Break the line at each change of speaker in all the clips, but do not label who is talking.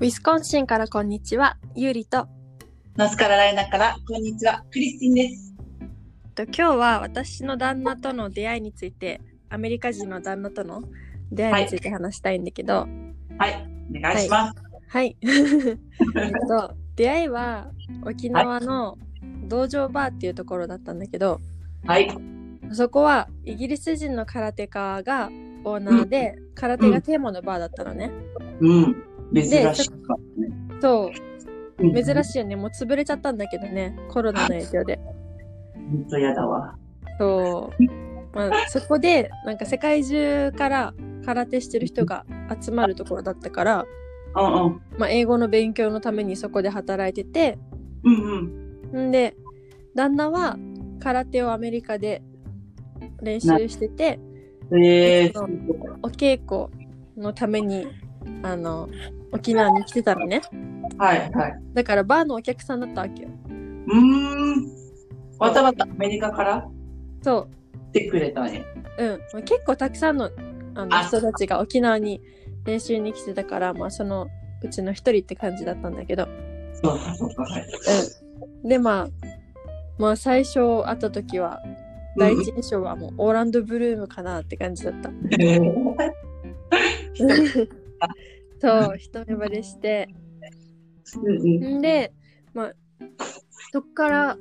ウィスコンシンからこんにちは、ゆうりと。
ノースカロライナから、こんにちは、クリスティンです。
と今日は私の旦那との出会いについて、アメリカ人の旦那との出会いについて話したいんだけど、
はい、お願いします。
はい。えっと、出会いは沖縄の道場バーっていうところだったんだけど、
はい、
そこはイギリス人の空手家がオーナーで、空手がテーマのバーだったのね。
うん、珍し
で
かったね。
そう、
うん
珍しいよね。もう潰れちゃったんだけどね、コロナの影響で。
ほんとやだわ。
そう、まあ、そこでなんか世界中から空手してる人が集まるところだったから、
うんうん。
まあ、英語の勉強のためにそこで働いてて
うんうん。
んで旦那は空手をアメリカで練習してて
えー、
そうお稽古のためにあの沖縄に来てたのね
はいはい。
だからバーのお客さんだったわけよ
うーん。わたわたアメリカから
そ
来てくれたね。
ううん結構たくさんのあの
あ
人たちが沖縄に練習に来てたから、まあ、そのうちの一人って感じだったんだけど
そうかそうか。はい
うん、でまあまあ最初会った時は第一印象はもうオーランドブルームかなって感じだった。
うん
そう一目惚れして
うん
んでまあそっから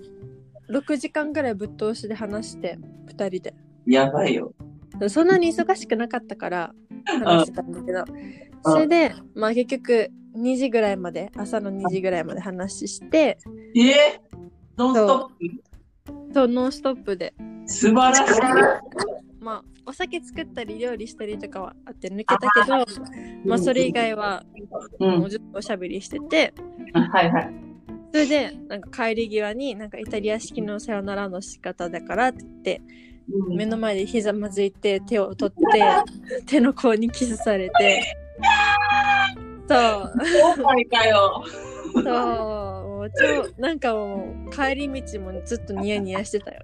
6時間ぐらいぶっ通しで話して2人
うん。やばいよ。
でそんなに忙しくなかったから話してたんだけどそれでまあ結局2時ぐらいまで朝の2時ぐらいまで話して
えー、ノンスト
そうノンストップで
ップ素晴らし
まあお酒作ったり料理したりとかはあって抜けたけど
い。
まあそれ以外は
う。
もうんずっとおしゃべりしてて、
はいはい。
それでなんか帰り際になんかイタリア式のさよならの仕方だからって言って
うん
目の前でひざまずいて手を取 って手の甲にキスされてそう
後悔かよ。
そうもう超なんかもう帰り道もずっとニヤニヤしてたよ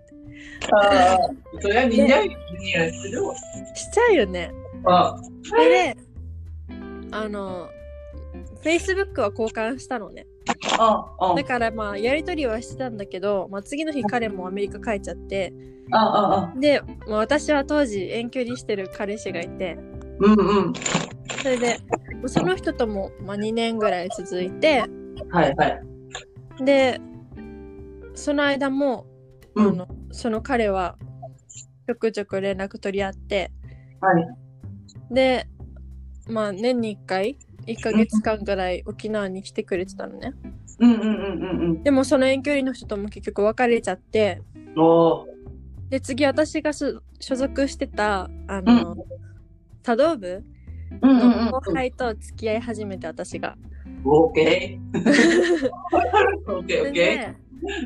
ああ、そりゃ似合う似合いするわ。
しちゃうよね
あ
それであの Facebook は交換したのね
あ、ああ、
だからまあやり取りはしてたんだけど、まあ、次の日彼もアメリカ帰っちゃって
ああ、あ
で、まあ、私は当時遠距離してる彼氏がいて
うんうん。
それでもうその人とも、まあ、2年ぐらい続いて
はいはい。
でその間も、
う
あ
ん。は
のその彼はちょくちょく連絡取り合って
い。
でまあ年に1回1ヶ月間ぐらい沖縄に来てくれてたのね
うんうんうんうん
でもその遠距離の人とも結局別れちゃって
うん。おー
で次私が所所属してたあの、茶道部
うんうんうん
の。後輩と付き合い始めて私が。
オー ケー。オーケー
それ
オーケ
で
ー。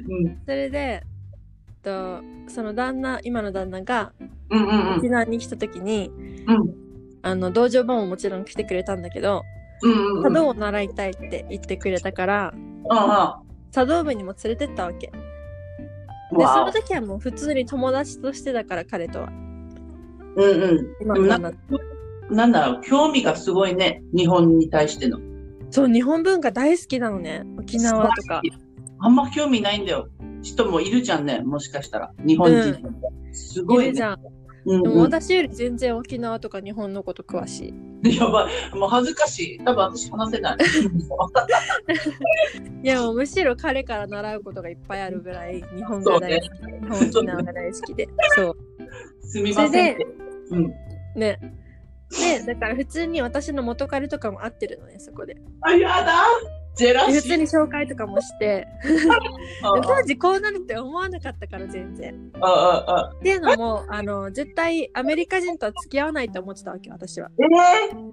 うん
それでえっとその旦那今の旦那が
うんうん
沖縄に来た時に、
うん。うん
あの道場場ももちろん来てくれたんだけど
うんうん。
茶道を習いたいって言ってくれたから
あ
茶道部にも連れてったわけで
あ。
その
わ
時はもう普通に友達としてだから彼とは
お。うんうん。
今の旦那
なんだろう、興味がすごいね。日本に対しての。
そう日本文化大好きなのね沖縄とか
あんま興味ないんだよ。人もいるじゃんね。もしかしたら。日本人。すご
い
い
るじ
ね。
ゃん、
うん
でも
うん。
私より全然沖縄とか日本のこと詳しい
やばい。もう恥ずかしい。多分私話せない。
いやもうむしろ彼から習うことがいっぱいあるぐらい日本
そ
が
うね
大好き、日本沖縄が大好きでそ
すみませんって。うん。
うねでだから普通に私の元彼とかも会ってるのねそこで
あ、やだジェラ
で普
シ
通
ー
に紹介とかもしてで
あ
当時こうなるって思わなかったから全然
あああ
っていうの もあの絶対アメリカ人とは付き合わないと思ってたわけ私は
えー、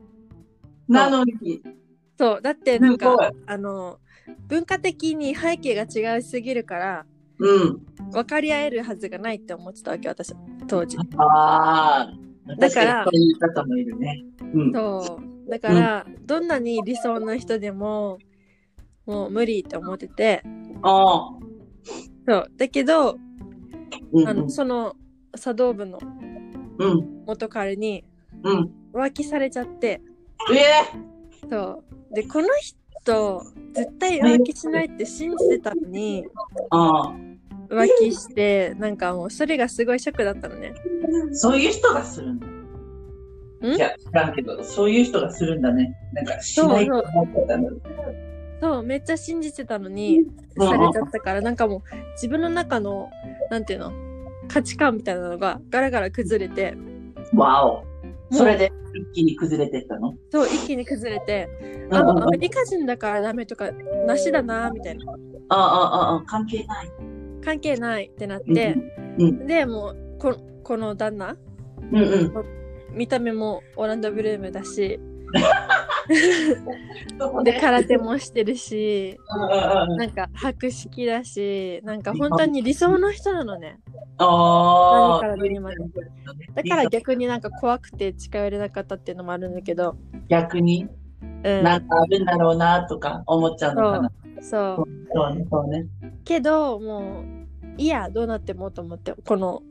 なのに。
そうだってなん
すごい
かあの文化的に背景が違いすぎるから
うん。
分かり合えるはずがないって思ってたわけ私当時
ああ。
だから
確にそういう方もいるね。うん。
そうだから、どんなに理想な人でももう無理って思ってて
ああ。
そうだけど、
うん
あ
うん
のその茶道部の
うん。
元彼に
うん。
浮気されちゃって
え
そうでこの人と絶対浮気しないって信じてたのに
ああ
浮気してなんかもうそれがすごいショックだったのね
そういう人がするんだ。
ん
いや、知らんけど、そういう人がするんだね。なんか、しないと思ってたのに。
そうめっちゃ信じてたのに
うんうん
されちゃったからなんかもう自分の中のなんていうの価値観みたいなのがガラガラ崩れて
わお。
もう
それで、一気に崩れてったの。
そう一気に崩れて
うん
あ
うん
の
う
ア
ん
メリカ人だからダメとかなしだなみたいな
ああ、ああ、関係ない。
関係ないってなっ
うん
て、でもうここの旦那
うんうん。
見た目もオランダブルームだし
そこ
で
で、
空手もしてるし
うんうんうん
なんか博識だしなんか本当に理想の人なのね
あ
何
あ。
から何までだから逆になんか怖くて近寄れなかったっていうのもあるんだけど、
逆に、
うん、
なんかあるんだろうなとか思っちゃうのかな。
そう
そうね、そうね。
けどもういいやどうなってもと思ってこの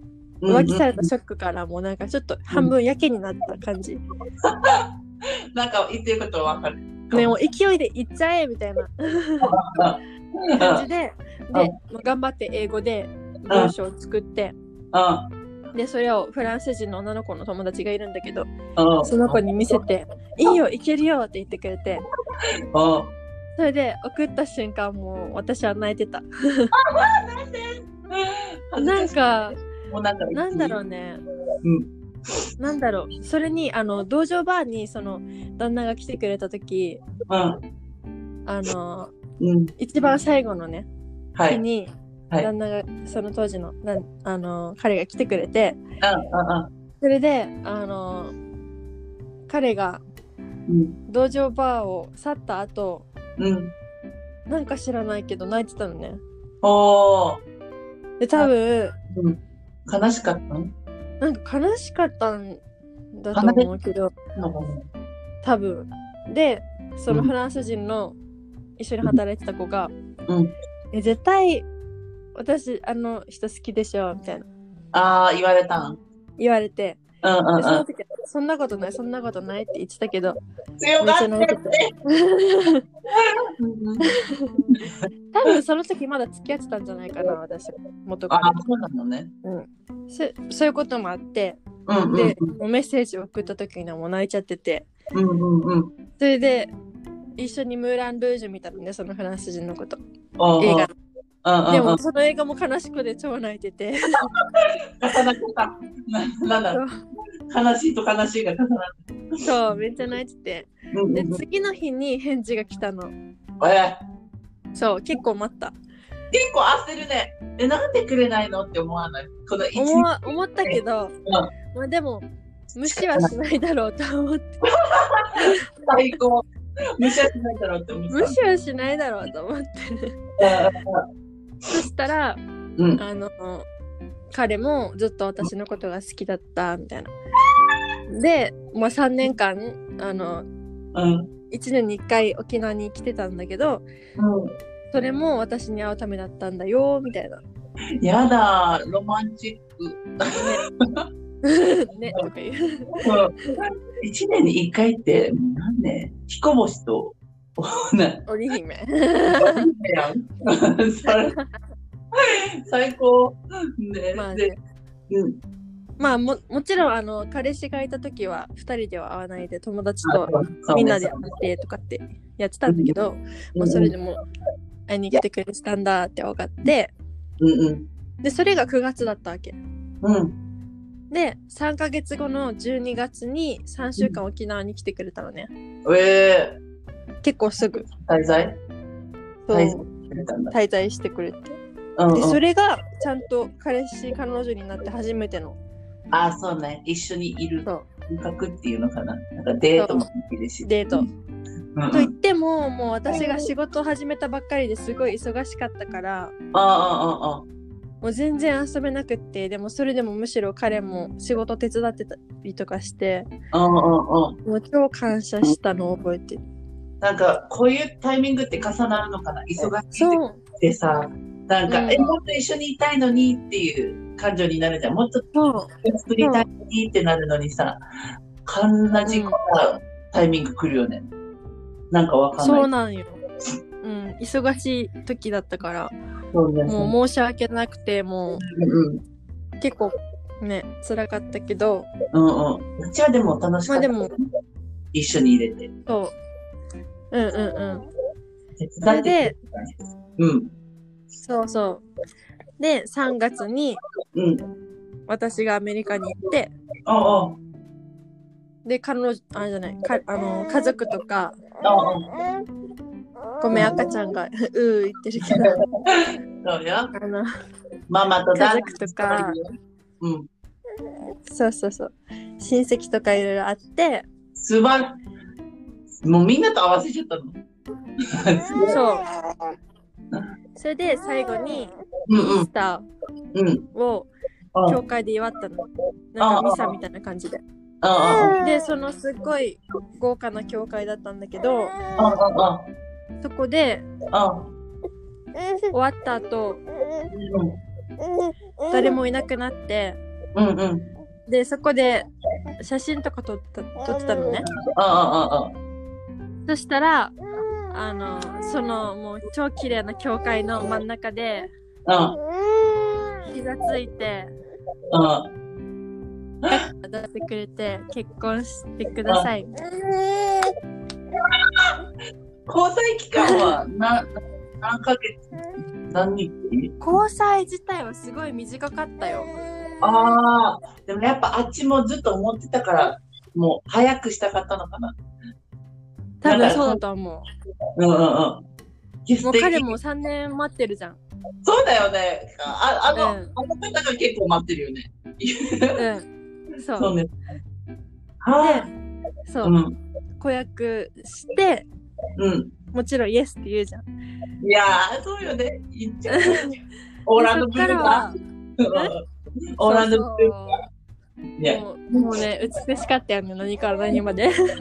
うんうん
浮気されたショックからもうなんかちょっと半分やけになった感じ、
なんか言ってることはわかる。
ね、もう勢いで行っちゃえみたいな
うん
感じで、で、もう頑張って英語で文章を作って、で、それをフランス人の女の子の友達がいるんだけど、
うんうん
その子に見せて、いいよ、いけるよって言ってくれて、
うん
それで送った瞬間もう私は泣いてた。なんか、
もうなんか
なんだろうね。
うん
なんだろう。それに、あの、道場バーに、その、旦那が来てくれた時
うん
あの、
うん
一番最後のね、
は
日
い
に、
はい
旦那が、その当時の、なんあの、彼が来てくれて、
う
それで、あの、彼が
んうん
道場バーを去った後、
うんうん
なんか知らないけど泣いてたのね。
おー
で、多分、
うん悲しかったの
なんか悲しかったんだと思うけど、
なんかね
多分。で、その
うん
フランス人の一緒に働いてた子が、
うん
え絶対私あの人好きでしょみたいな
ああ言われたん
言われて、
うんうんう
でその
ん
時そんなことないそんなことないって言ってたけど、
強
めっ
がっ
ち
て
ゃ泣いて
ね
た。多分その時まだ付き合ってたんじゃないかな私元
あ
カ
あそうなのね
ノそそういうこともあって
うんうん
で、もうメッセージを送った時にはもう泣いちゃってて
うんうんうん
それで一緒にムーラン・ルージュ見たのねそのフランス人のこと
おー
映画
うんうんうん
でもその映画も悲しくて超泣いてて
重なったななんだ悲しいと悲しいが重なっ
そうめっちゃ泣いて
たうん
てで
うんうん
次の日に返事が来たの
えー
そう結構待った
結構焦るね。え、なんでくれないのって思わない。この一
思
日。
わ思ったけど、
ん
まあでも無視はしないだろうと思って
最高。無視はしないだろうって思
無
っ
視はしないだろうと思って
た。
そしたら
うん。
あの彼もずっと私のことが好きだったみたいなで、まあ、3年間あの
うん。
1年に1回沖縄に来てたんだけど
う
それも私に会うためだったんだよみたいな
ん。やだ、ロマンチック。
「ね」とか言 う
一年に一回って、もう何年彦星と、 ね、
「織姫」
それ最高。ね、
まあ
で
ね、
うん。
まあももちろんあの彼氏がいた時は2人では会わないで友達と
そうね
みんなで会ってとかってやってたんだけど、もうそれでも会いに来てくれてたんだって分かって
うんうん。
でそれが9月だったわけ
うん。
で3ヶ月後の12月に3週間沖縄に来てくれたのね、
ええ
結構すぐ
滞在
そう
滞在くれたんだ。
滞在してくれて
うんうん
でそれがちゃんと彼氏彼女になって初めての
ああ、そうね。一緒にいる
そう
感覚っていうのかな。なんかデートもできるし。
デート、
うんうん
と言ってももう私が仕事を始めたばっかりですごい忙しかったから
ああ、ああ、あ
もう全然遊べなくってでもそれでもむしろ彼も仕事手伝ってたりとかして
あ、ああ、ああ。
もう超感謝したのを覚えてる
なんか、こういうタイミングって重なるのかな。忙しく
そう
てさ、なんか、
うん
え、もっと一緒にいたいのにっていう感情になるじゃん。もっと
そう
作りたいのにってなるのにさ、こんな事故なタイミング来るよね。なんかわかん
そう
ない。
なんようん、忙しい時だったから、
そうね。
もう申し訳なくて、も
うん
う結構ね、辛かったけど、
うん。うんうん。うちはでも楽しかった。
まあでも、
一緒に入れて。
そう。うんうんうん。
手
それ
伝ってくれ
で、
たね。うん。
そうそう。で、3月に
うん。
私がアメリカに行って、
ああ、
で、彼女、あれじゃない、かあの家族とか、
ああ、
ごめん、赤ちゃんが、うー言ってるけど、
そうよ。
あの、
ママと
家
ダン
族とか、
うん。
そうそうそう、親戚とかいろいろあって、
すばらもうみんなと合わせちゃったの。
そう。それで最後に、
う
イ
んう
ー
ん
スタ
うん。
ーを
あ
教会で祝ったの。なんかミサみたいな感じで。
ああ
で、そのすっごい豪華な教会だったんだけど、
ああ
そこで
ああ
終わった後、誰もいなくなって、
うんうんうん
で、そこで写真とか撮った撮ってたのね。
あああ
そしたら、あの、そのもう超綺麗な教会の真ん中で、
あ
膝ついて、
あ
出してくれて、結婚してください。
交際期間はな何ヶ月何日
交際自体はすごい短かったよ。
ああでもやっぱあっちもずっと思ってたからもう早くしたかったのかな
多分そうだと思
うんうんうん
う。もう彼も3年待ってるじゃん。
そうだよねああの、
うん
あの方が結構待ってるよね
うん。そう。
そうねは
で、
あ
そうう、
ん
子役して、
うん
もちろんイエスって言うじゃん。で
いやー、そうよね。言っち ゃう。オーラン
そ
ド
っ
ブ
か
ルー
ら
か
は。
うんオーランドブルーか。
そう
ね。
そうもうもうね、美しかったよね、何から何ま で。
ちょっ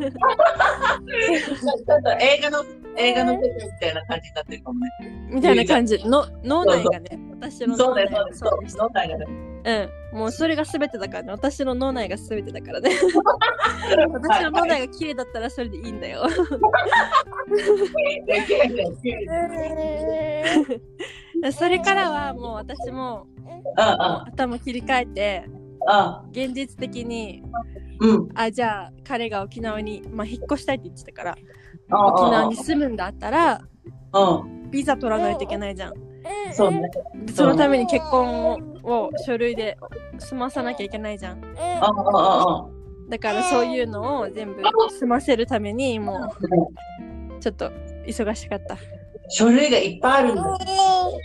と映画の、映画の世界みたいな感じになってるかもね。
みたいな感じ。の脳内がね、私の
そ
脳
うだ
内
よ、そうだ
が
よ。そ
そう
う
でし
そうだよね。
た。うん。もうそれが全てだからね、私の脳内が全てだからね。私の脳内が綺麗だったらそれでいいんだ よ。
できるできる
それからはもう私も
うんうん
頭切り替えて、現実的に
うんうん。
あじゃあ彼が沖縄に、まあ、引っ越したいって言ってたから沖
沖
縄に住むんだったら
うん。
ビザ取らないといけないじゃん
そうね。
でそのために結婚をを書類で済まさなきゃいけないじゃん
ああああ。
だからそういうのを全部済ませるためにもうちょっと忙しかった
書類がいっぱいあるんだ。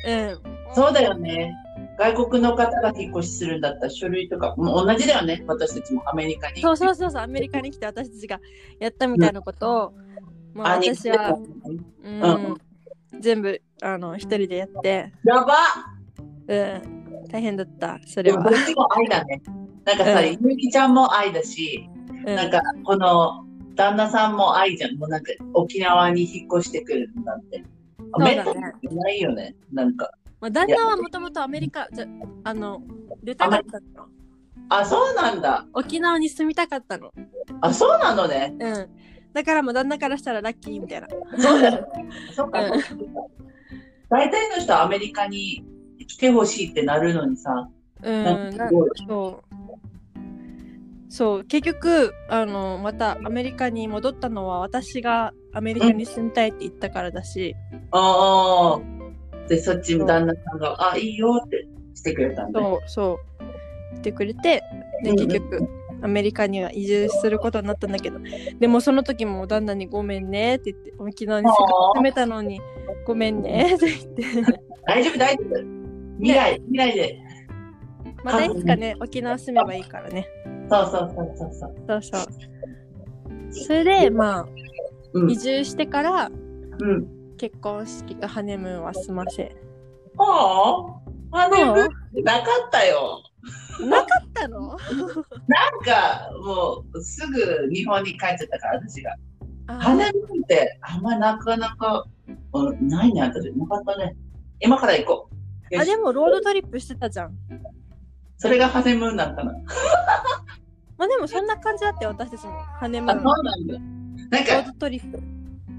うん
そうだよね。外国の方が引っ越しするんだったら書類とか、もう同じだよね。私たちもアメリカに。
そうそうそうそうアメリカに来て私たちがやったみたいなことを、もう
あ日
私
本
は、
ん
うん、全部あの一人でやって、
やばっ
うん、大変だったそれ
でも
は
こ。れ結構愛だね。なんかさ、
うん
ゆうきちゃんも愛だし、
うん
なんかこの旦那さんも愛じゃん。もうなんか沖縄に引っ越してくるんだって。
だ
めっ
ね
たにないよね。なんか。
まあ、旦那はもともとアメリカじゃあの出たかったの
あ、そうなんだ。
沖縄に住みたかったの、
あ、そうなのね。
うん、だからもう旦那からしたらラッキーみたいな
そうだ。そっか、
うん
そっか。大体の人はアメリカに来てほしいってなるのにさ。
うん
な
なん
かすごい
そうそう結局あのまたアメリカに戻ったのは私がアメリカに住みたいって言ったからだし、
ああ。で、そっち
そ
も
う
旦那さんが、あ、いいよってしてくれたんだ。
そうそう言ってくれてで
うん
結局アメリカには移住することになったんだけどでもその時も旦那に「ごめんね」って言って沖縄にせっかく住めたのに「ごめんね」って言 って
大丈夫、大丈夫。未来、未来で。
またいつかね沖縄住めばいいからね
そうそうそうそうそう。
そうそうそれでまあ
うん
移住してから
うん。
結婚式とハネムーンは済ませ
ああ、ハネムーンなかったよ。
なかったの
なんか、もう、すぐ日本に帰っちゃったから、私が。
あ
ハネムーンって、あんまなかなか、うんないね、私。なかったね。今から行こう。よ
あ
し
でもロードトリップしてたじゃん
それがハネムーンだったの。
まあでもそんな感じだって私たちもハネムー
あ、
ン
そう
ロ
なんだ。なん
ー
か、
ドトリップ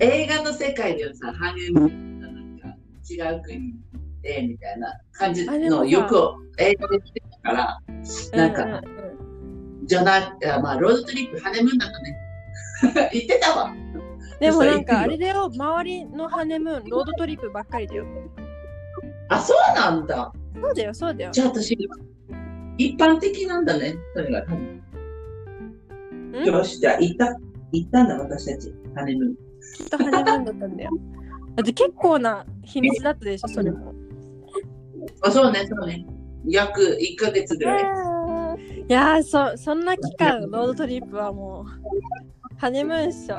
映画の世界ではさ、ハリウッドのなんか違う国でみたいな感じ
あでも
の
さ
よく映画で見てたから、なんか、
う
じゃなあまあ、ロードトリップ、ハネムーンだったね。 言ってたわ。
でもなんかあれだよ、周りのハネムーン、ロードトリップばっかりだよ。
あ、そうなんだ。
そうだよ、そうだよ。
じゃあ私、一般的なんだね。それが多分。
ん
よし、じゃあ行った、行ったんだ、私たち。ハネムーン。
きっとハネムーンだったんだよ。だって結構な秘密だったでしょ、それも。
あ、そうね、そうね。約1ヶ月ぐらい。
いやーそ、そんな期間、ロードトリップはもう、ハネムーンっしょ。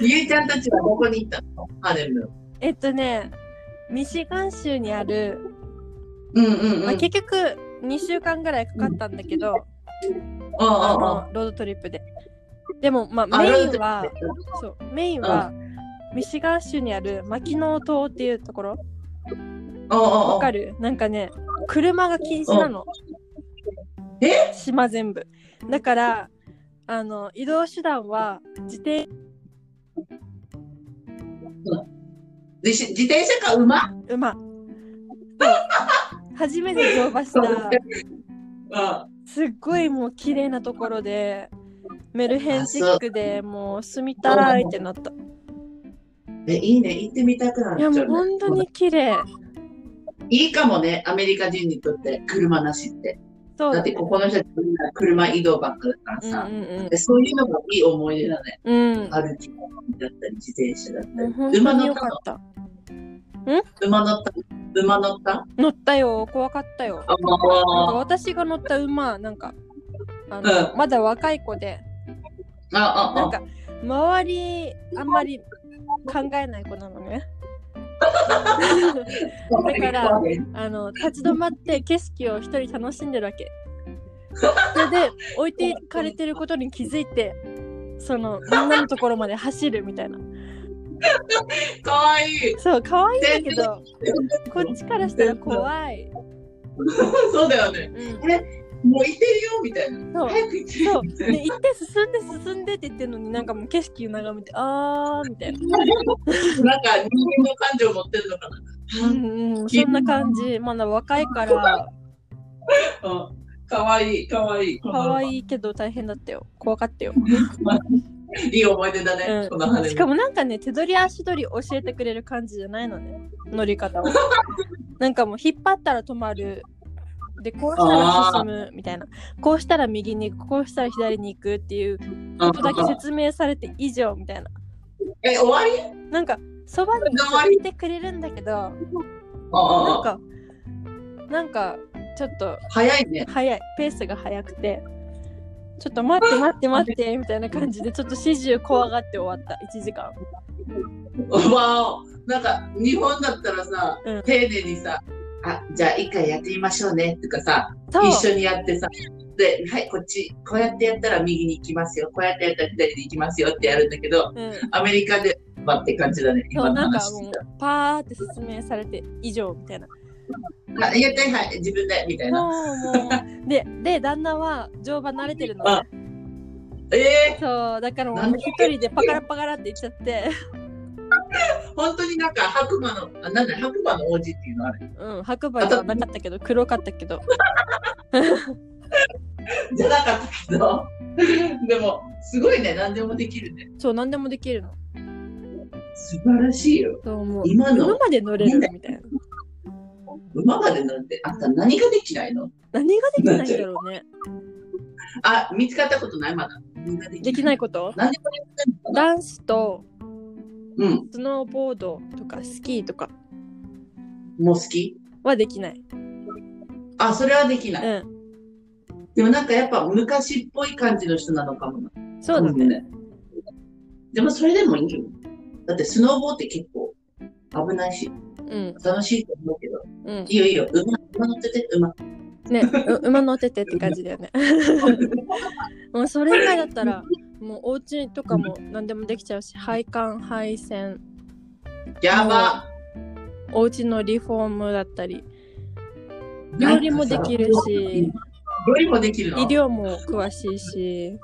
ゆいちゃんたちはどこに行ったのハネムーン。
えっとね、ミシガン州にある、
うんうんうん。
まあ、結局2週間ぐらいかかったんだけど、
うん
あ
うんう
の
ん
ロードトリップで。でも、まあ、
あ
メイン
ロー
は
ドトリップ
そうメインは、ミシガン州にあるマキノー島っていうところ
うんうんう
わ
ん
かるなんかね車が禁止なの。
え
島全部。だからあの移動手段は自転
自自転車か馬うん
馬。で初めて乗馬したすっごいもう綺麗なところでメルヘンチックでもう住みたいってなった。
え、いいね。行ってみたくなっ
い
ちゃ
や
う、ね。
もう本当に綺麗。
いいかもね、アメリカ人にとって車なしって。
そう
だ
だ
って
ね。
ここの人たちみんな車移動ばっかだから
うんう
さ、
ん
でそういうのがいい思い出だね。
うん。うん。
歩き方だったり、自転車だった
もう本
り。馬
当に
乗
良
った
か
の
った。
馬乗った馬乗った
乗ったよ、怖かったよ。な
あ、
んか
もう、
私が乗った馬なんかあの、
う
まだ若い子で
あ、あ、あ、
なんか周りあんまり考えない子なのねだからあの立ち止まって景色を一人楽しんでるわけそれで置いていかれてることに気づいてそのみんなのところまで走るみたいな
かわいい。
そう可愛いんだけどこっちからしたら怖い、
そうだよね。
うん、
もう行ってるよ、みたいな。
そう
早く行ってる
そ
よ
う。
みたいな
で行って進んで進んでって言ってるのになんかもう景色眺めてあーみた いな
なんか人間の感情持ってるのか
う
な。
んうん、そんな感じ。まだ若いから、
うんかわいい、かわいい。
可
い
愛いけど大変だったよ。怖かったよ。
い。いい思い出だね、この
う
羽
ん、
根
しかもなんかね、手取り足取り教えてくれる感じじゃないのね、乗り 方を。なんかもう引っ張ったら止まる。で、こうしたら進むみたいな。こうしたら右に行く、こうしたら左に行くっていうことだけ説明されて以上みたいな。
え、終わり
なんか、そばに
終わり
いてくれるんだけど、なん
ああ、
か、なんか、ちょっと
早いね。
早いペースが早くてちょっと待って待って待ってみたいな感じでちょっと始終怖がって終わった1時間
わお。なんか、日本だったらさ、
うん
丁寧にさ、あ、じゃあ一回やってみましょうね、とかさ、
そう
一緒にやってさ、で、はい、こっち、こうやってやったら右に行きますよ、こうやってやったら左に行きますよってやるんだけど、
うん、
アメリカで、まあ、って感じだね、
そ
今
う
の
なんか
話。
もうパーって説明されて以上みたいな
あ、やって、はい、自分で、みたいな。
もうもうでで旦那は乗馬慣れてるの
あえ
そうだからも
なん
う
で
一人でパカラパカラって言っちゃって
ー、本当になんか白馬の、あなんだ、白馬の王子っていうのある。
うん白馬じゃなかったけど黒かったけど
じゃなかったけど、 でも、すごいね、何でもできるね。
そう何でもできるの
素晴らしいよ。
そうもう
今の
今まで乗れるみたいな
今までなんてあんた何ができないの
何ができないんだろうね
あ見つかったことないまだみんなで
でき
い
ないこと
何でもできないのかな
ダンスと
うん
スノーボードとかスキーとか
もう好き
はできない。
あそれはできない、
う。
でもなんかやっぱ昔っぽい感じの人なのかもなん
そうだ
多分
ね。
ねでもそれでもいいよだってスノーボーって結構危ないし
うん。
楽しいと思うけど
うん。
いいよいいよ馬馬乗ってて馬
ね、う馬乗っててって感じだよ ね。もうそれ以外だったら、もうお家とかも何でもできちゃうし、配管、配線、
やば
お家のリフォームだったり、料理もできるし
料理もできるの
医療も詳しいし、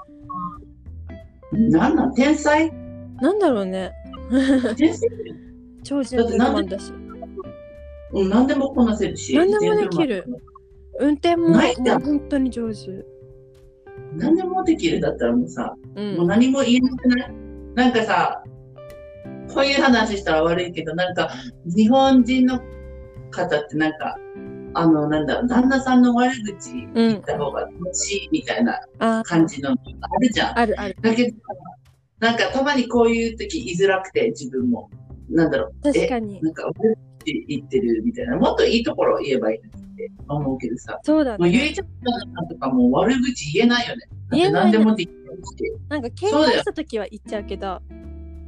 なんなん天才
なんだろうね。
先生、
超ジェントルマンだし。
うん、何でもこなせるし。
何でもできる
ジェントルマン。
運転もも
ないじゃ
うん本当に上手。
何でもできるだったらもうさ、
う。
もうん何も言えなくないなんかさ、こういう話したら悪いけど、なんか、日本人の方ってなんか、あの、なんだろう、旦那さんの悪口言った方が楽しいみたいな
あ、
感じの、あるじゃん。
あるある。
だけど、なんかたまにこういう時言いづらくて、自分も。なんだろう、
確かに。
なんか悪口言ってるみたいな。もっといいところを言えばいいのにって思うけどさ、
そうだ
もうゆ
ね。
えちゃんとかもう悪口言えないよね。だっ
言え
て
ないね
何でもできるし。
なんか喧
そう
嘩
だよ
した時は言っちゃうけど、
あ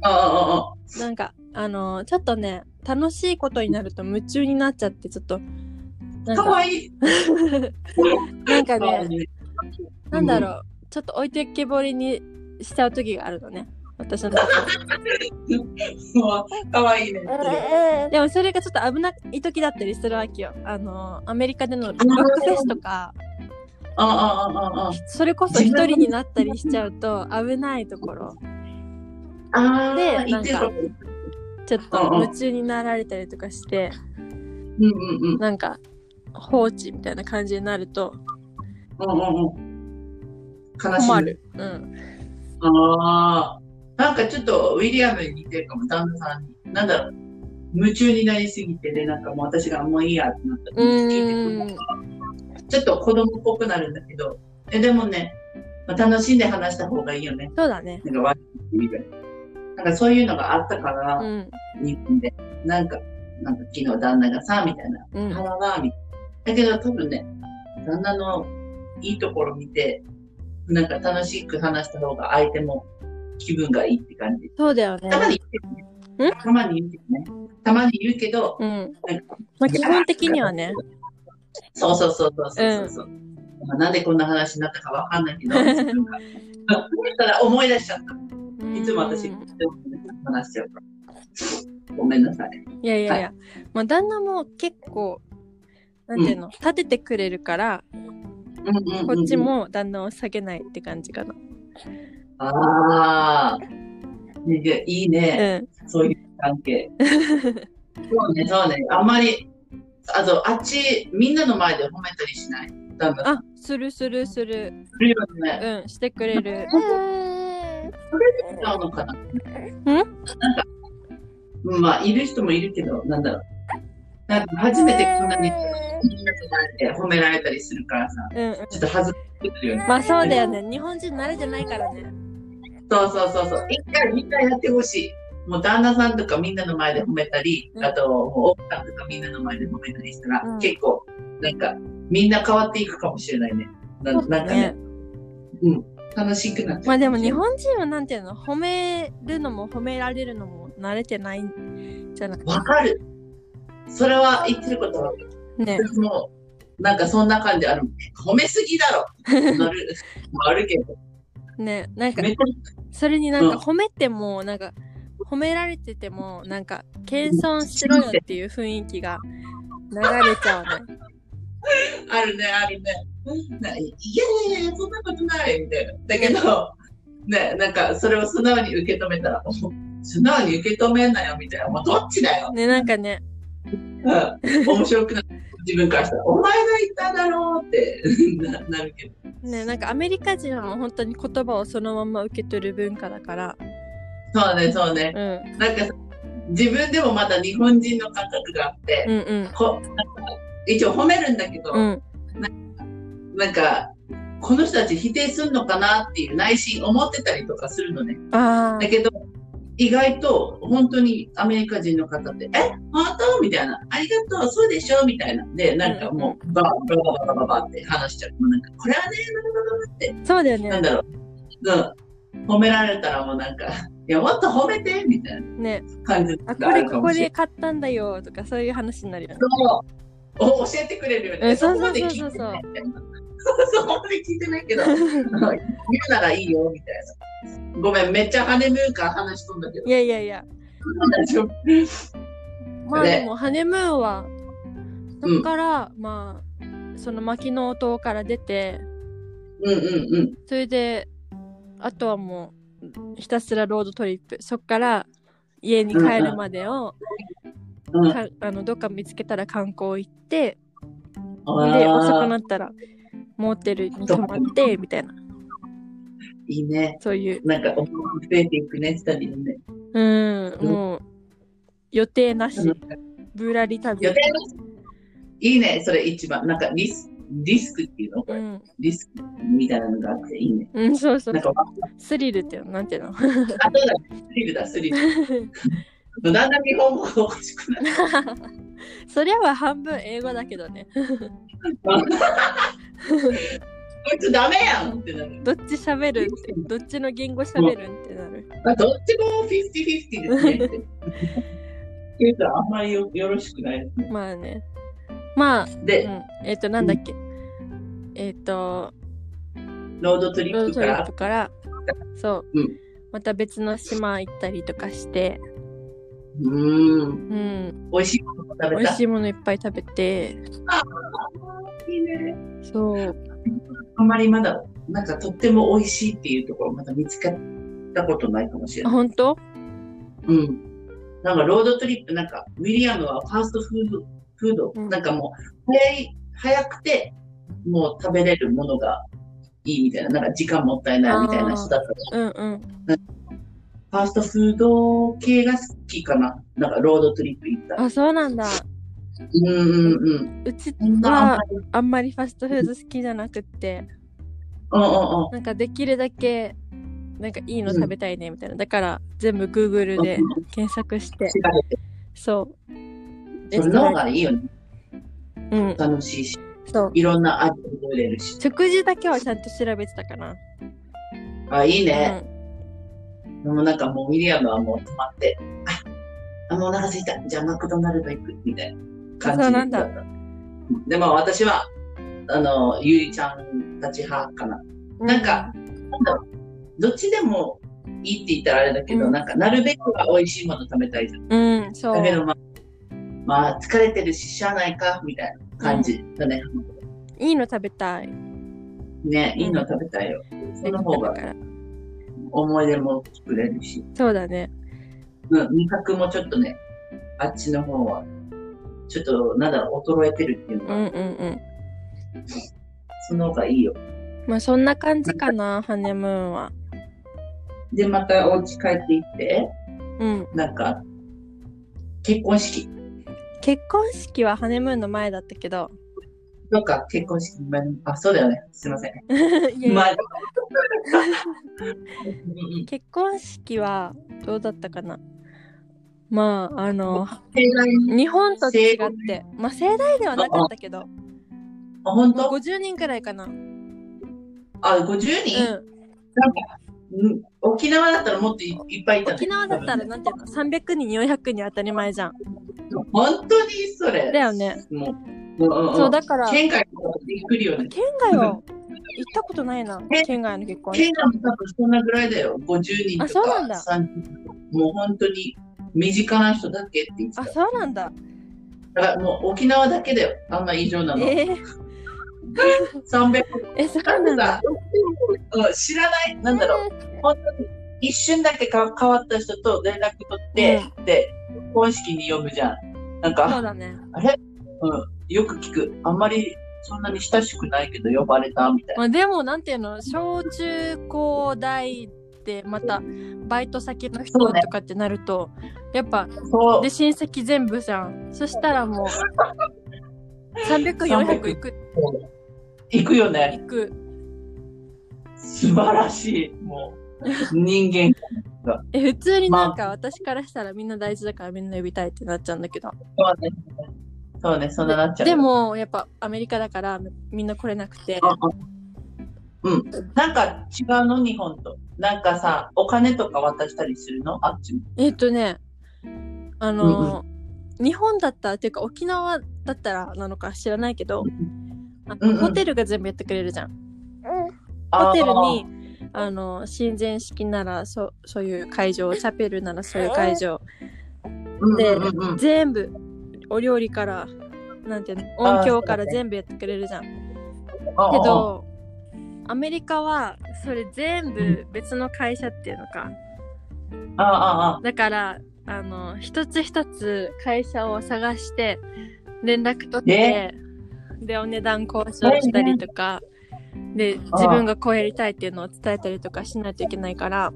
あ、ああ、ああ。
なんか、あのーちょっとね、楽しいことになると夢中になっちゃって、ちょっと、なん
か
か、
わいい。
なんか
可愛
ね、
い
なんだろう、ちょっと置いてけぼりにしちゃう時があるのね。私の時は
うん。かわいいね。
でもそれがちょっと危ない時だったりするわけよ。あのーアメリカでのロックフェスとか、
ああ、ああ、ああ。
それこそ一人になったりしちゃうと危ないところ。
ああ
で
言ってること。
ちょっと夢中になられたりとかして、
うんうんうん。
なんか放置みたいな感じになると
うんうんうん。悲しい。
困る。うん。
ああ。なんかちょっとウィリアムに似てるかも、旦那さんに。なんだろう。夢中になりすぎてね、なんかもう私がもういいやってなった時に聞いてくる。ちょっと子供っぽくなるんだけど。え、でもね、まあ楽しんで話した方がいいよね。
そうだね。
なんか悪いみたいな。なんかそういうのがあったから、
うん。
日本で。なんか、なんか昨日旦那がさ、みたいな。
うん。
あらな、みたいな。だけど多分ね、旦那のいいところ見て、なんか楽しく話した方が相手も気分がいいって感じ。
そうだよ
たま
ね。
に言うけどね。たまに言うけどね。たまに言うけど、
うん。
なんか
まあ、基本的にはね。
そうそうそうそうそうそう。まあなんでこんな話になったかわかんないけど、自分がただ思い出しちゃった。いつも私、
う
人
ん
と話しちゃうから。ごめんなさい。
いやいやいや。まあ、旦那も結構、なんていうの、立ててくれるから、
うんうんうんうん
こっち。も旦那を下げないって感じかな。
ああ。ねいやいいね。
うん。
そういう関係。そうね、そうね。あんまり、あと、あっち、みんなの前で褒めたりしない。旦那さ ん
あ、するするする。
するよね。
うん、してくれる。
それで違うのかな。なんか、うんまあ、いる人もいるけど、なんだろう。なんか、初めてこんなに、みんなの前で褒められたりするからさ、
うんうん。
ちょっと恥ずかしいよね。
まあそうだよね。日本人慣れじゃないからね。
そうそうそうそう。一回、みんなやってほしい。もう旦那さんとかみんなの前で褒めたり、
うん
あと、もう奥さんとかみんなの前で褒めたりしたら、
うん
結構、なんか、みんな変わっていくかもしれないね。な
そう
な
だ
んかね、。楽しくなっちゃう。
まあでも日本人はなんていうの褒めるのも褒められるのも慣れてないんじゃなく
わかる。それは言ってることは、
てね。
私も、なんかそんな感じある。褒めすぎだ ろなる、あるけど。
ね。なんか
めっち
それになんか
うん
褒めてもなんか褒められててもなんか謙遜しろよっていう雰囲気が流れちゃうね。
ゃあるね、あるね。ないいやいやいや、そんなことないみたいな。だけど、ね、なんかそれを素直に受け止めたら、もう素直に受け止めんなよみたいな。もうどっちだよ。
ねなんかね。
うん、面白くなる。自分からしたら、お前が言っただろうってななるけど。
ねなんかアメリカ人は本当に言葉をそのまま受け取る文化だから。
そうね、そうね。
うん。
なんかさ自分でもまだ日本人の感覚があって、
うんうん。
こなんか一応褒めるんだけど、
うん。
なんかこの人たち否定するのかなっていう内心思ってたりとかするのね
ああ
だ。けど意外と本当にアメリカ人の方って「え本当?」みたいな「ありがとうそうでしょ」みたいなでなんかもうバーバーバーバーバーバーって話しちゃうもうなんかこれはねバーバーバーバーって
そうだよ
なん
ね。
だろう、うん、褒められたらもうなんか「いやもっと褒めて」みたいな
ね。
感じ
あこ
があ
れ
るか
こ
も
こ
しれない
で買ったんだよとかそういう話になるよね。
そうお教えてくれるよ
う
ね。
んそ
そうこ
そう
まで
そうそう
聞いてないみたいな。そこまで聞いてないけど、言うならいいよみたいな。ごめん、めっちゃハネムーンから話しとんだけど
い。やいやいや。
大丈夫。
まあ
ね
でもハネムーンはそこから、まあその薪の塔から出て
うんうんうん。
それであとはもうひたすらロードトリップそっから家に帰るまでを、
うん
かあのどっか見つけたら観光行ってで遅く
あ
なったらモーテルに泊まってみたいな
ーいいね。
そういう
なんか、思いが増えていくね、二人のね。
うん
うん
もう予定なし
うん
ぶらり旅
予定のいいね、それ一番。なんかリス、リスクっていうの
う
これ
ん、
リスクみたいなのがあっていいね。
うん、そうそう
なんか、
スリルっていうのなんていう の
あ、そうだ、スリルだ、スリル。だんだん日本語がおかしくなる。
そりゃは半分英語だけどね
こいつダメやんってなる。
どっち喋るってどっちの言語喋るってなる
あどっちもフィフティフィフ ティですねって。いうとあんまりよよろしくないですね。
まあねまあ、う
で、
ん、えっ、となんだっけ、えっ、と
ロードトリ
ロード
ップ
ト
か
リッ
ら
プからそう、
うん
また別の島行ったりとかして、
うー
う
ん
ん、
美味しいもの食べ
美
た
味しいものいっぱい食べて
いいね
そう
あんまりまだなんかとっても美味しいっていうところまだ見つかったことないかもしれ
あ
ない
本当
うんなんかロードトリップなんかウィリアムはファーストフードフード、
うん
なんかもう早い早くてもう食べれるものがいいみたいななんか時間もったいないみたいな人だった
うんうん
ファーストフード系が好きかな。なんかロードトリップ行ったら。
あそうなんだ
うんうんうん。
うち
そんなあ
は
んまり。うん
あんまりファストフード好きじゃなくって
うんうん。
なんかできるだけなんかいいの食べたいねみたいな、だから全部 Google で
うん
検索して
調べて
そうレ
そ
ス
れ
ト
の
ラ
方
ン
がいいよね。
うん
楽しいし。
そう
いろんな味覚えれるし。
食事だけはちゃんと調べてたかな、
あ、いいね。でもなんかもうミリアムはもう止まって、あ、あもうお腹すいた。じゃあマクドナルド行く。みたいな感じ
そうなんだ
った。でも私は、あの、ゆりちゃんたち派かな。
う
なんかなんだろうどっちでもいいって言ったらあれだけど、
うん
なんかなるべくは美味しいもの食べたいじゃん。
うんそう
だけどまあ、まあ、疲れてるし、しゃあないか、みたいな感じだね。
いいの食べたい
ね、いいの食べたいよ。その方
だ
が
から
思い出も作れるし、
そうだね
うん、味覚もちょっとね、あっちの方は、ちょっと、なんだろう、衰えてるってい
う
うのは、
んうんうん
その方がいいよ。
まあそんな感じかなハネムーンは
で、またお家帰っていって、
うん
なんか、結婚式。
結婚式はハネムーンの前だったけ ど
とか、結婚式、まあ、そうだよね。すいません。
いやいや
まあ、 うんうん
結婚式はどうだったかなまああの
盛大に
日本と違ってまあ盛大ではなかったけど
あ、本
もう
当
50人くらいかなうん
あ、50人、なんか、うん沖縄だったらもっといいっぱいいたね
沖縄だったら
多分ね
なんていうの300人400人当たり前じゃん
本当にそれ。
だよね
もう、うんうんうん、
そうだから
県外とかびっくりよね。
県外は行ったことないな
え
県外の結婚
県外も多分そんなぐらいだよ。50人とか。
あそうなんだ
30人とかもう本当に身近な人だけって言ってた
あ。そうなんだ
だからもう沖縄だけだよ。あんな異常なの。
えー、
300
えそう
な
なんんだ
だ。うん知らない。なんだろう。本当に一瞬だけか変わった人と連絡取って、で、結婚式に呼ぶじゃん。
そ
なん
う
か、
だね
うん、よく聞く。あんまりそんなに親しくないけど呼ばれたみたいな。
まあ、でもなんていうの小中高大ってまたバイト先の人
そうね
とかってなると、やっぱ
そう
で、親戚全部じゃんそしたらもう300400いく
行くよね。
いく
素晴らしい。も う、人間。
え普通になんか私からしたらみんな大事だからみんな呼びたいってなっちゃうんだけど
そうね。そうね、そんななっちゃう。
で、もやっぱアメリカだからみんな来れなくて
うん。なんか違うの、日本と。なんかさ、お金とか渡したりするのあっちも。
えっとねあのー、日本だったらっていうか沖縄だったらなのか知らないけどあの
うんうん
ホテルが全部やってくれるじゃん
あー
ホテルにあの親善式ならそそういう会場チャペルならそういう会場
うん
で
うんうんうん
全部お料理からなんていうの
あー
音響か
そ
ら
うだね
全部やってくれるじゃんけ
あー
どアメリカはそれ全部別の会社っていうのか
ああ、ああ、
だからあの一つ一つ会社を探して連絡取って、でお値段交渉したりとか、で
ああ
自分がこうやりたいっていうのを伝えたりとかしないといけないから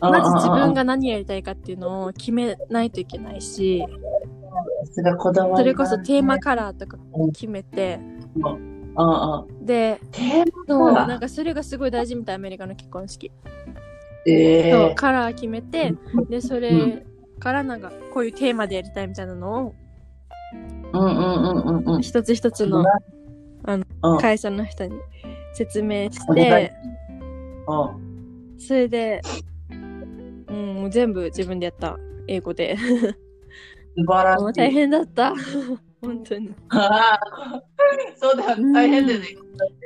ああ。
まず自分
が。
が何やりたいかっていうのを決めないといけないし
さすがこだわ
そ
り
れ
が
こそ
あるね
テーマ。カラーとか決めて
ああ、ああ。
で
テー
そう
マカ
な
ラ
んかそれがすごい大事みたいアメリカの結婚式、
ー。え
そう
え。
カラー決めてでそれからなんかこういうテーマでやりたいみたいなのを
うんうんうんうんうん。
一つ一つのあの
うん、
会社の人に説明し
お願い
て
うん
それで、うん、もう全部自分でやった英語で
素晴ら
もう
し
大
い。
変だった 本当に
ああそうだ、大変だよね。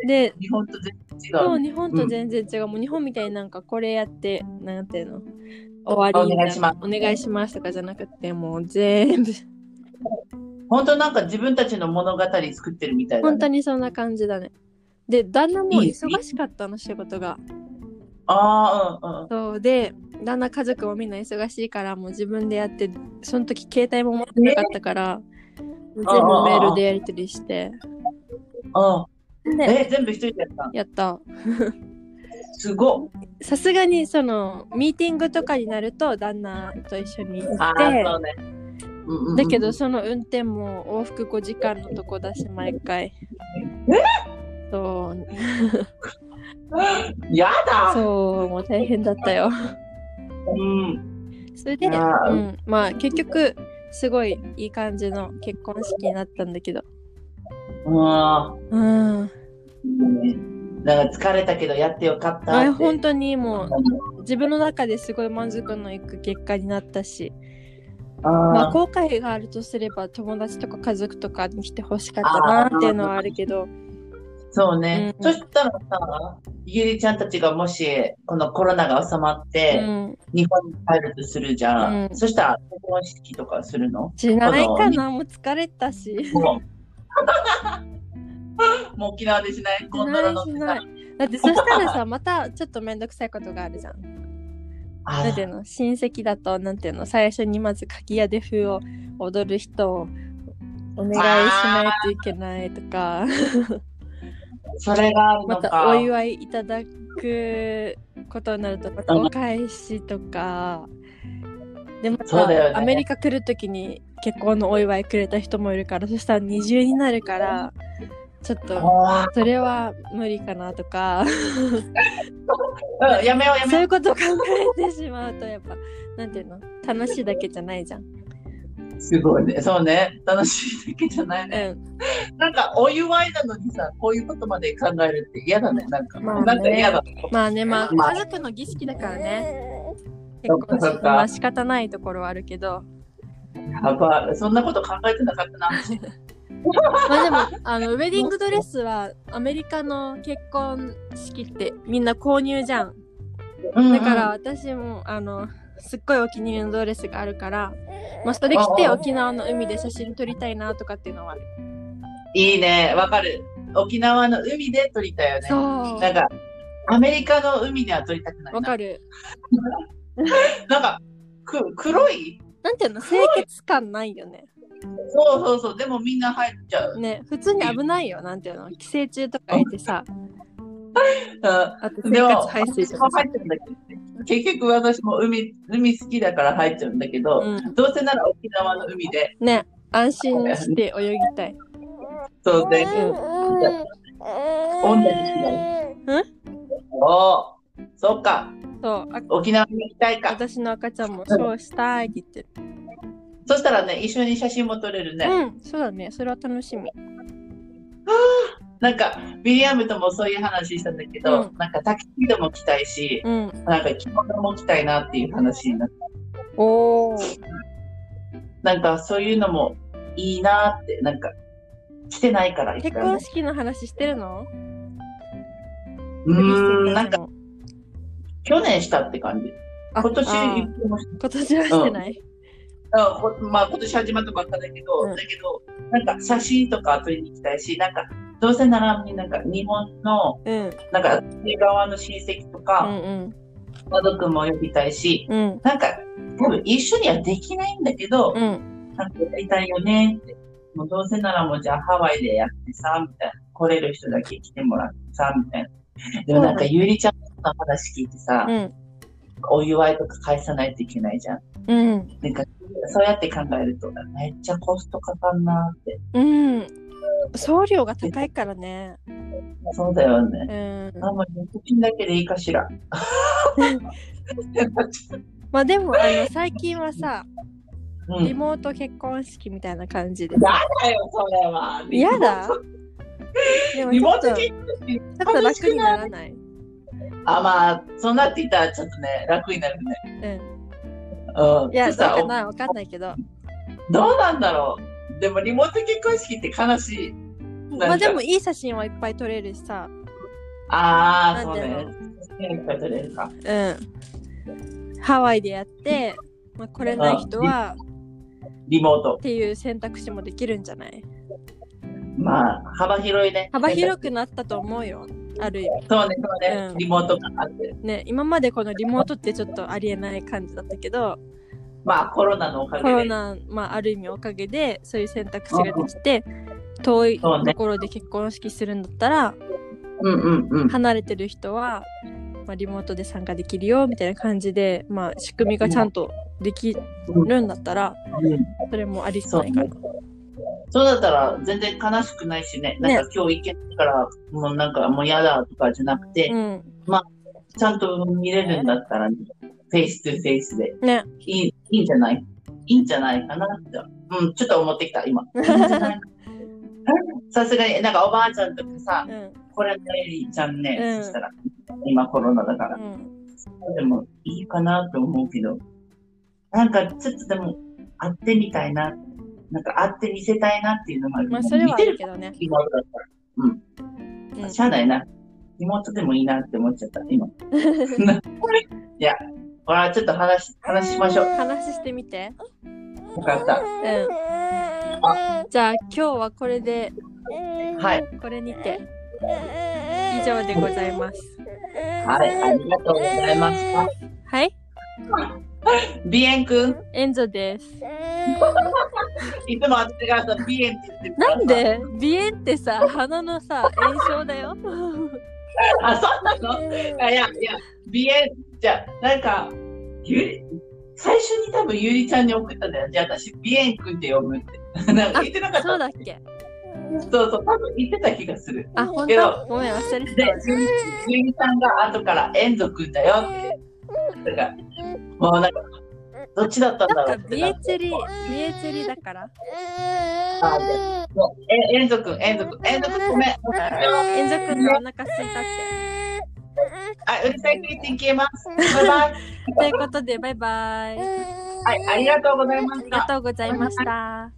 で
日本と全然違
そう
う。
日本と全然違う、もう日本みたいになんかこれやってなんていうの終わり
お願いします
お願いしますとかじゃなくてもう全 部
本当なんか自分たちの物語作ってるみたいだね。
本当にそんな感じだねで旦那も忙しかったの仕事が
ああ、うんうん。
そうで旦那家族もみんな忙しいからもう自分でやってその時携帯も持ってなかったから、全部メールでやり取りして
ああ
で
え、全部一人でやったの
やった
すごっ。
さすがにそのミーティングとかになると旦那と一緒に行
ああ、
って
そうね。うんうんうん
だけど、その運転も往復5時間のとこだし毎回そう
やだ
そうもう大変だったよ
うん。
それで、
いやー
うん、まあ結局すごいいい感じの結婚式になったんだけど
ああ、
うん
いいねなんか疲れたけどやってよかっ
ま
た
あ
って。
本当にもう自分の中ですごい満足のいく結果になったし、
あ
まあ、
あ、
後悔があるとすれば友達とか家族とかに来てほしかったなっていうのはあるけど
そうね。
うん
そしたらさ、ゆりちゃんたちがもし、このコロナが収まっ
う
て、
ん
日本に帰るとするじゃん。
うん
そしたら、結婚式とかするの
しないかなもう疲れたし
もう もう沖縄でしない
し
ゴンド
な
ラ
い
乗っ
してな
さ
い。だってそしたらさまたちょっとめんどくさいことがあるじゃん。
あ
なんていうの親戚だとなんていうの最初にまず柿屋で風を踊る人をお願いしないといけないとか
それがある
ま
のか。
たお祝いいただくことになるとまたお返しとかでま
そうだよね
たアメリカ来る時に結婚のお祝いくれた人もいるからそしたら二重になるからちょっと
あ
それは無理かなとか
ーうんやめようや
そ
め
う
よ
いうことを考えてしまうとやっぱなんていうの楽しいだけじゃないじゃん。
う。すごいね。そうね。楽しいだけじゃないね。
うん
なんかお祝いなのにさ、こういうことまで考えるって嫌だね。なんか、
まあね
なんか嫌だ。
まあね、まあ、
まあ
家族の儀式だからね。結
そっか
婚
そっか
式まあ仕方ないところはあるけど、
やばいそんなこと考えてなかったな。
まあでも、あの、ウェディングドレスはアメリカの結婚式ってみんな購入じゃん。
う ん
だから、私も、あの、すっごいお気に入りのドレスがあるから、まあそれ着て
ああ
沖縄の海で写真撮りたいなとかっていうのはある。
いいね。わかる。沖縄の海で撮りたいよね。
そう。
なんか、アメリカの海では撮りたくないな。
わかる。
なんか、く黒い
なんていうの、清潔感ないよね。
そうそうそう。でもみんな入っちゃう。
ね、普通に危ないよ、なんていうの。寄生虫とかいてさ、
うん
あと
で
生
も、
活排水と
私も
かさ
入ってるんだけど、結局私も海海好きだから入っちゃうんだけど、
う
どうせなら沖縄の海で、
ね、安心して泳ぎたい。
そうで、
女に
おーそっか、
そう、あ
沖縄に行きたいか。
私の赤ちゃんもそうしたいって言ってる。
そしたらね、一緒に写真も撮れるね。
うん、そうだね、それは楽しみ。
なんか、ビリアムともそういう話したんだけど、
うん
なんかタキシードも着たいし、
うん。
なんか着物も着たいなっていう話になって、
おお。
なんかそういうのもいいなって、なんか、着てないから一
結
回も
婚式の話してるの
うーん、なんか
か、
去年したって感じ。
あ
今年
あー
一個も
今年はしてない。
あこまあ今年始まったばっかだけど、
うん
だけど、なんか写真とか撮りに行きたいし、なんかどうせならなんか日本の
うん
なんか側の親戚と
う
か
ん
家族も呼びたいし、
うんうん
なんか多分一緒にはできないんだけど、
うん
なんかやりたいよねって。もうどうせならもうじゃあハワイでやってさ、みたいな。来れる人だけ来てもらってさ、みたいな。でもなんか
うん
ゆりちゃんの話聞いてさ、
うん
お祝いとか返さないといけないじゃん。
うん
なんかそうやって考えると、めっちゃコストかかんなって。
うん送料が高いからね
そうだよね。
うん
あんまり預金だけでいいかしら。
まあでもあの最近はさ
うん。
リモート結婚式みたいな感じで
やだよ、それは。
嫌だでも
リ
ち
モ
ょ
ー
っとち
ト
ょ
結
っと楽にならない
あ、まあ、そうなっていたらちょっとね、楽になるね。
うん
うん。
いや
そしたら
どうかなわかんないけど
どうなんだろう。でもリモート結婚式って悲しい。
まあでもいい写真はいっぱい撮れるしさ
あ
な
あ、そ
ん
う
てい
ね
うの。
いっぱい取れるか。
うんハワイでやって、まあ、来れない人は
リモート
っ。ていう選択肢もできるんじゃない
まあ、幅広いね。
幅広くなったと思うよある意味
そうね、そうね。
うん
リモート感あって。
ね今までこのリモートってちょっとありえない感じだったけど
まあ、コロナのおか
コロ
げで。
ナ、まあ、ある意味おかげでそういう選択肢ができて遠い
そうね
ところで結婚式するんだったら
うんうんうん。
離れてる人は、まあ、リモートで参加できるよみたいな感じで、まあ、仕組みがちゃんとできるんだったら
うん
それもありそ
そう
な
う
いか
ね
な。。
そうだったら全然悲しくないしね。
ね
なんか今日行けないから、もうなんかもう嫌だとかじゃなくて、
うん、
ちゃんと見れるんだったら、ね、フェイスとフェイスで
ね
いいいいんじゃないいいんじゃないかなって。うん、ちょっと思って きた、今。いいんじゃないさすがに、なんかおばあちゃんとかさ、
うん
これのエリーちゃんね、
うん
そしたら、今コロナだから
う。ん
でも、いいかなと思うけど、なんかちょっとでも、会ってみたいな。なんか会って見せたいなっていうのもある。
まあそれは
見
あ
て
る
る
けどね。
妹だったら
うん、
しゃあないな。妹でもいいなって思っちゃった、 今。いや、ほら、ちょっと話、話しましょう。
話してみて。
よかった。
うん。じゃあ今日はこれで、
はい。
これにて以上でございます。
はい、ありがとうございました。
はい、
ビエンくん、
エンゾです。
いつも私がさ、ビエンって言ってるから
なんで鼻炎ってさ、鼻のさ、炎症だよ。
あ、そうなのあいや、いや、ビエン、じゃあ、なんか、ゆり、最初に多分ゆりちゃんに送ったんだよ。じゃあ私、ビエンくんって呼ぶって。 なんか言ってなかっ た。
そうだっけ
そうそう、多分言ってた気がする。
あ、ほん
けど
とごめん、忘れて
で
た。、
ゆりゆりさんが後から、エンゾくんだよって。だから、もうなんか、どっちだったんだろ
な
うんっ
か
て
ビ
な
エ
って。
チェリ、ビエチェリだから。
え、エンゾくん、エンゾくん、エンゾくん、ごめん。
エンゾくんのお腹すいたって。
あ、うるさいクリティ消えます。バイバイ。
ということで、バイバイ。あ
はい、ありがとうございまし
り
た
が。とうございました。